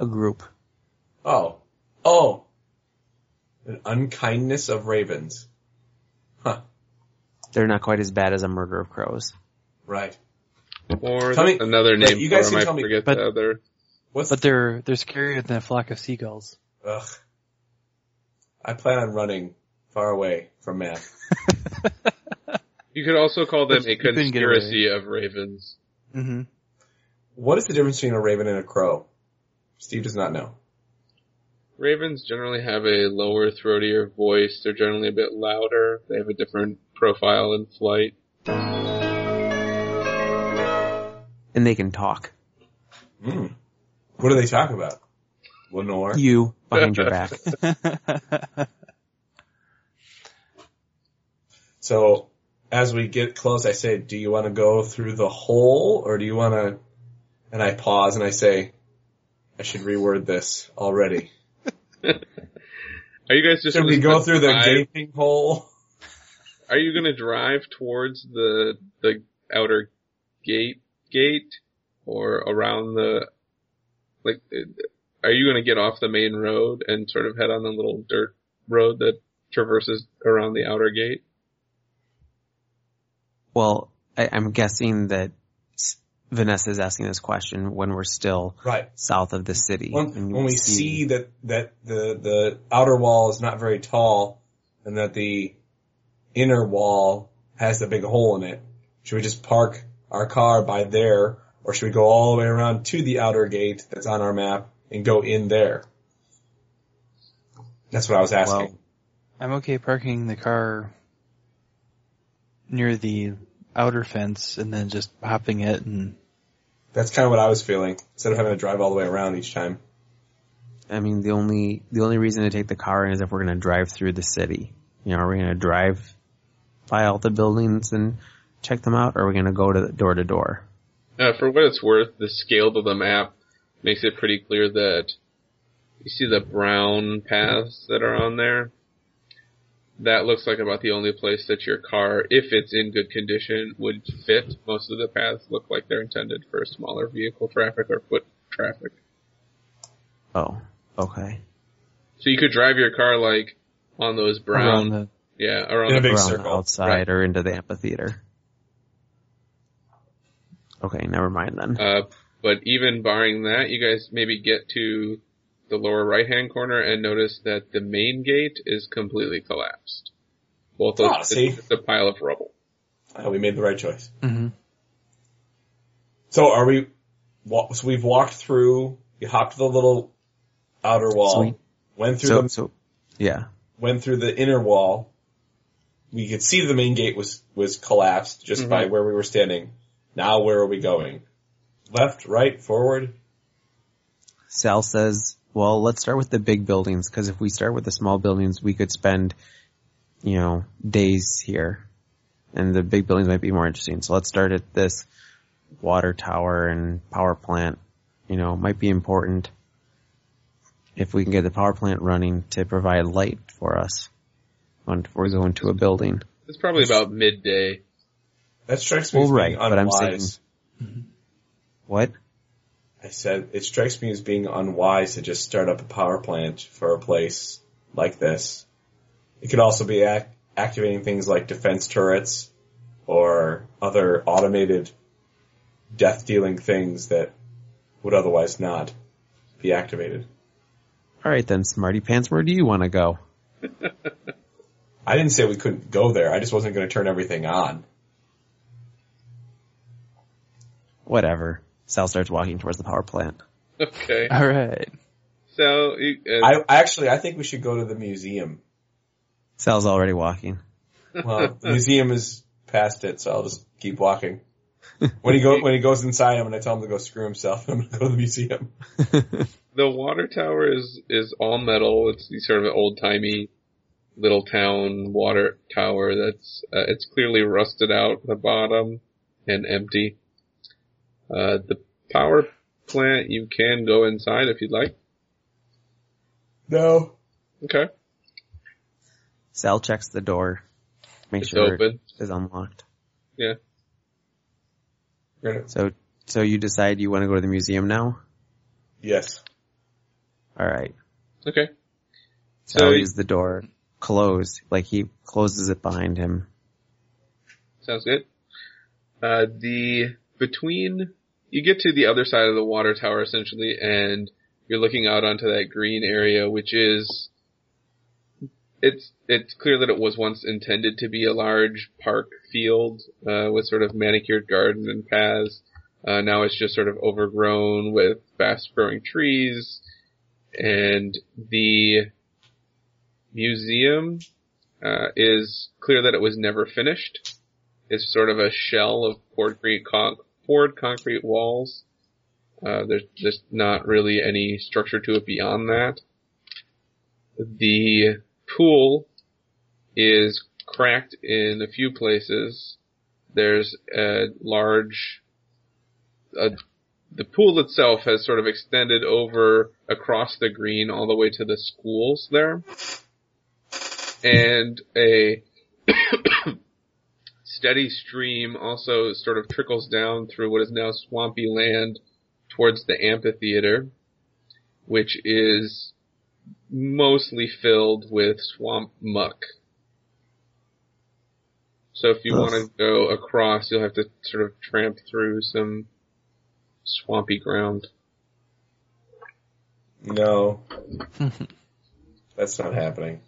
S2: A group.
S3: Oh. Oh. An unkindness of ravens. Huh.
S2: They're not quite as bad as a murder of crows.
S3: Right.
S5: Or
S3: Tell me-
S5: there's another
S3: like,
S5: name
S3: you
S5: for
S3: guys
S5: them,
S3: can
S5: I
S3: tell me,
S5: forget
S4: but-
S5: the other.
S3: What's
S4: But they're, they're scarier than a flock of seagulls.
S3: Ugh. I plan on running far away from Matt.
S5: You could also call them
S4: But
S5: a
S4: you couldn't get away.
S5: conspiracy of ravens.
S4: Mm-hmm.
S3: What is the difference between a raven and a crow? Steve does not know.
S5: Ravens generally have a lower, throatier voice. They're generally a bit louder. They have a different profile in flight.
S2: And they can talk.
S3: Hmm. What do they talk about? Lenore?
S2: You, behind your
S5: [laughs]
S2: back.
S3: So as we get close, I say, do you want to go through the hole or do you want to, and I pause and I say, I should reword this already.
S5: Are you guys just
S3: Should
S5: gonna
S3: we go through the
S5: drive-
S3: gaping hole?
S5: Are you going to drive towards the the outer gate gate or around the like? uh, Are you going to get off the main road and sort of head on the little dirt road that traverses around the outer gate?
S2: Well, I, I'm guessing that s- Vanessa is asking this question when we're still
S3: Right.
S2: south of the city.
S3: When,
S2: And
S3: when we see that, that the, the outer wall is not very tall and that the inner wall has a big hole in it, should we just park our car by there or should we go all the way around to the outer gate that's on our map and go in there? That's what I was asking.
S2: Well-
S4: I'm okay parking the car near the outer fence and then just hopping it and
S3: That's kind of what I was feeling instead of having to drive all the way around each time.
S2: I mean, the only the only reason to take the car in is if we're going to drive through the city. You know, are we going to drive by all the buildings and check them out, or are we going to go to the door to door?
S5: Uh, for what it's worth, the scale of the map makes it pretty clear that you see the brown paths that are on there. That looks like about the only place that your car, if it's in good condition, would fit. Most of the paths look like they're intended for smaller vehicle traffic or foot traffic.
S2: Oh, okay.
S5: So you could drive your car like on those brown,
S4: around the
S5: yeah, around
S3: In a
S5: the
S3: big
S2: Around
S3: circle.
S2: outside
S5: Right.
S2: or into the amphitheater. Okay, never mind then.
S5: Uh, but even barring that, you guys maybe get to the lower right hand corner and notice that the main gate is completely collapsed. Both those,
S3: Ah,
S5: it's
S3: see?
S5: just a pile of rubble.
S3: Uh, we made the right choice.
S2: Mm-hmm.
S4: Mhm.
S3: So are we? wa- So we've walked through. You hopped the little outer wall.
S2: Sweet.
S3: Went through
S2: so,
S3: the
S2: so, yeah.
S3: went through the inner wall. We could see the main gate was was collapsed just by where we were standing. Now where are we going? Left, right, forward.
S2: Sal says, well, let's start with the big buildings because if we start with the small buildings, we could spend, you know, days here and the big buildings might be more interesting. So let's start at this water tower and power plant, you know, might be important if we can get the power plant running to provide light for us when we're going to a building.
S5: It's probably about midday.
S3: That strikes me
S2: Well,
S3: as being
S2: right, but I'm
S3: unwise.
S2: saying- What?
S3: I said, it strikes me as being unwise to just start up a power plant for a place like this. It could also be ac- activating things like defense turrets or other automated death dealing things that would otherwise not be activated.
S2: All right then, Smarty Pants, where do you want to go?
S3: I didn't say we couldn't go there. I just wasn't going to turn everything on.
S2: Whatever. Sal starts walking towards the power plant.
S5: Okay.
S4: All right.
S5: So, you- uh,
S3: I actually, I think we should go to the museum.
S2: Sal's already walking.
S3: Well, the museum is past it, so I'll just keep walking. When he go when he goes inside, I'm going to tell him to go screw himself. I'm going to go to the museum.
S5: the water tower is is all metal. It's sort of an old timey little town water tower. That's uh, it's clearly rusted out at the bottom and empty. Uh, the power plant you can go inside if you'd like.
S3: No.
S5: Okay,
S2: Sal checks the door, make
S5: it's
S2: sure
S5: open.
S2: it is unlocked.
S3: We're gonna-
S2: So, so you decide you want to go to the museum now.
S3: Yes.
S2: All right.
S5: Okay, So
S2: Sal
S5: you-
S2: leaves the door closed, like he closes it behind him.
S5: sounds good. Uh, the between you get to the other side of the water tower essentially, and you're looking out onto that green area, which is it's it's clear that it was once intended to be a large park field uh, with sort of manicured garden and paths. Uh, now it's just sort of overgrown with fast growing trees, and the museum uh, is clear that it was never finished. It's sort of a shell of poured concrete, con- poured concrete walls. Uh, there's just not really any structure to it beyond that. The pool is cracked in a few places. There's a large, uh, the pool itself has sort of extended over across the green all the way to the schools there. And a [coughs] steady stream also sort of trickles down through what is now swampy land towards the amphitheater, which is mostly filled with swamp muck. So if you
S2: Ugh.
S5: want to go across, you'll have to sort of tramp through some swampy ground.
S3: No. That's not happening.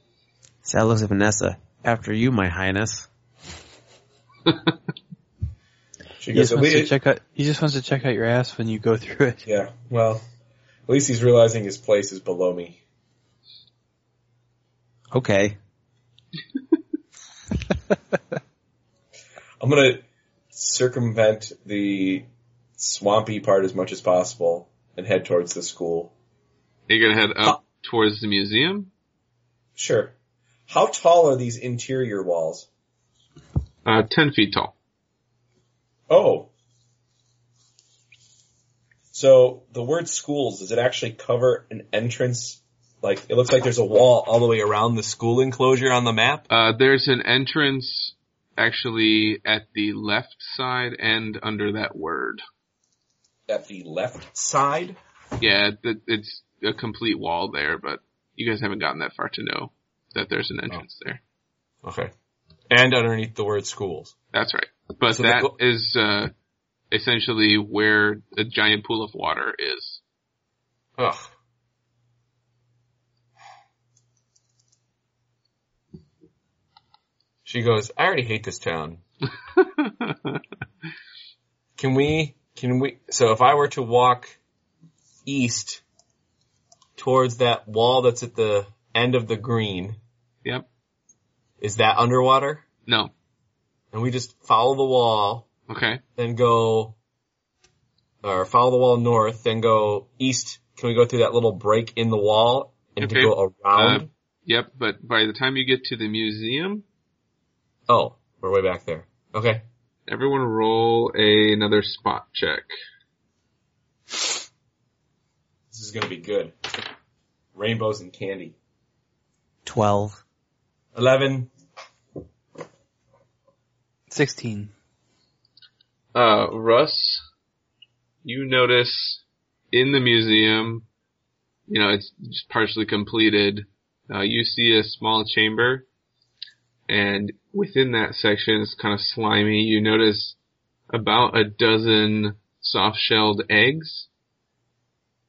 S2: Sal looks at Vanessa. After you, my highness.
S3: She
S4: He
S3: goes,
S4: just,
S3: at
S4: wants to
S3: least,
S4: check out, he just wants to check out your ass when you go through it.
S3: yeah, well, at least he's realizing his place is below me.
S2: Okay.
S3: I'm going to circumvent the swampy part as much as possible and head towards the school.
S5: Are you gonna head up towards the museum?
S3: Sure. How tall are these interior walls?
S5: Uh, ten feet tall.
S3: Oh. So the word schools, does it actually cover an entrance? Like, it looks like there's a wall all the way around the school enclosure on the map.
S5: Uh, there's an entrance actually at the left side and under that word.
S3: At the left side?
S5: Yeah, th- it's a complete wall there, but you guys haven't gotten that far to know that there's an entrance
S3: Oh.
S5: there.
S3: Okay. And underneath the word schools.
S5: That's right. But
S3: So the
S5: that
S3: go-
S5: is uh, essentially where the giant pool of water is.
S3: Ugh. She goes, I already hate this town. Can we, can we, so if I were to walk east towards that wall that's at the end of the green,
S5: yep.
S3: is that underwater?
S5: No.
S3: And we just follow the wall,
S5: Okay.
S3: then go, or follow the wall north, then go east. Can we go through that little break in the wall and to
S5: Okay.
S3: go around?
S5: Uh, Yep. But by the time you get to the museum,
S3: Oh, we're way back there. Okay.
S5: everyone roll a, another spot check.
S3: This is gonna be good. Rainbows and candy.
S2: Twelve.
S3: Eleven.
S4: 16.
S5: Uh, Russ, you notice in the museum. You know, it's just partially completed. Uh, you see a small chamber, and within that section, it's kind of slimy. You notice about a dozen soft-shelled eggs.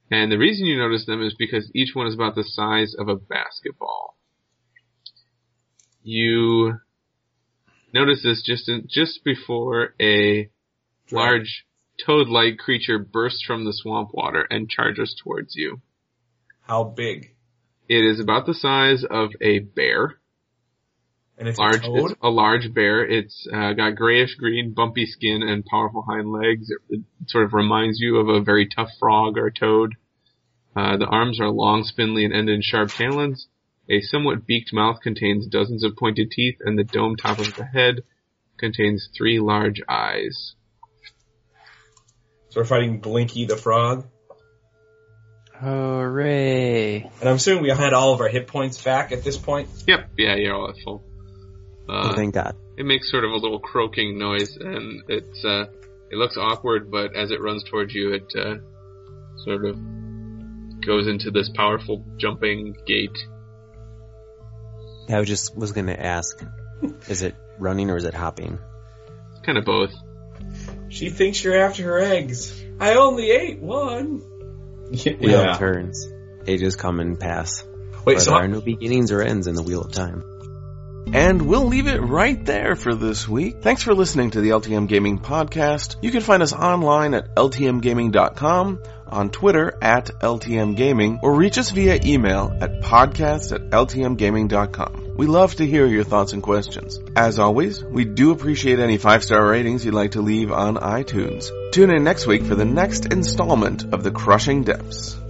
S5: And the reason you notice them is because each one is about the size of a basketball. You notice this just in, just before a large toad-like creature bursts from the swamp water and charges towards you.
S3: How big?
S5: It is about the size of a bear.
S3: And it's
S5: Large,
S3: a
S5: it's
S3: toad.
S5: a large bear. It's uh, got grayish green, bumpy skin, and powerful hind legs. It, it sort of reminds you of a very tough frog or toad. Uh, the arms are long, spindly, and end in sharp talons. A somewhat beaked mouth contains dozens of pointed teeth, and the dome top of the head contains three large eyes.
S3: So we're fighting Blinky the frog,
S6: Hooray!
S3: and I'm assuming we had all of our hit points back at this point.
S5: Yep, yeah, you're all at full.
S2: Oh,
S5: Uh,
S2: thank God.
S5: It makes sort of a little croaking noise, and it's uh, it looks awkward, but as it runs towards you, it uh, sort of goes into this powerful jumping gait.
S2: I was just was going to ask, is it running or is it hopping?
S5: It's kind of both.
S3: She thinks you're after her eggs. I only ate one.
S5: [laughs]
S2: Wheel turns. Ages come and pass.
S3: Wait,
S2: but
S3: so
S2: there
S3: how-
S2: are no beginnings or ends in the wheel of time.
S1: And we'll leave it right there for this week. Thanks for listening to the LTM Gaming Podcast. You can find us online at ltmgaming.com, on Twitter at ltmgaming, or reach us via email at podcast at ltmgaming.com. We love to hear your thoughts and questions. As always, we do appreciate any five-star ratings you'd like to leave on iTunes. Tune in next week for the next installment of The Crushing Depths.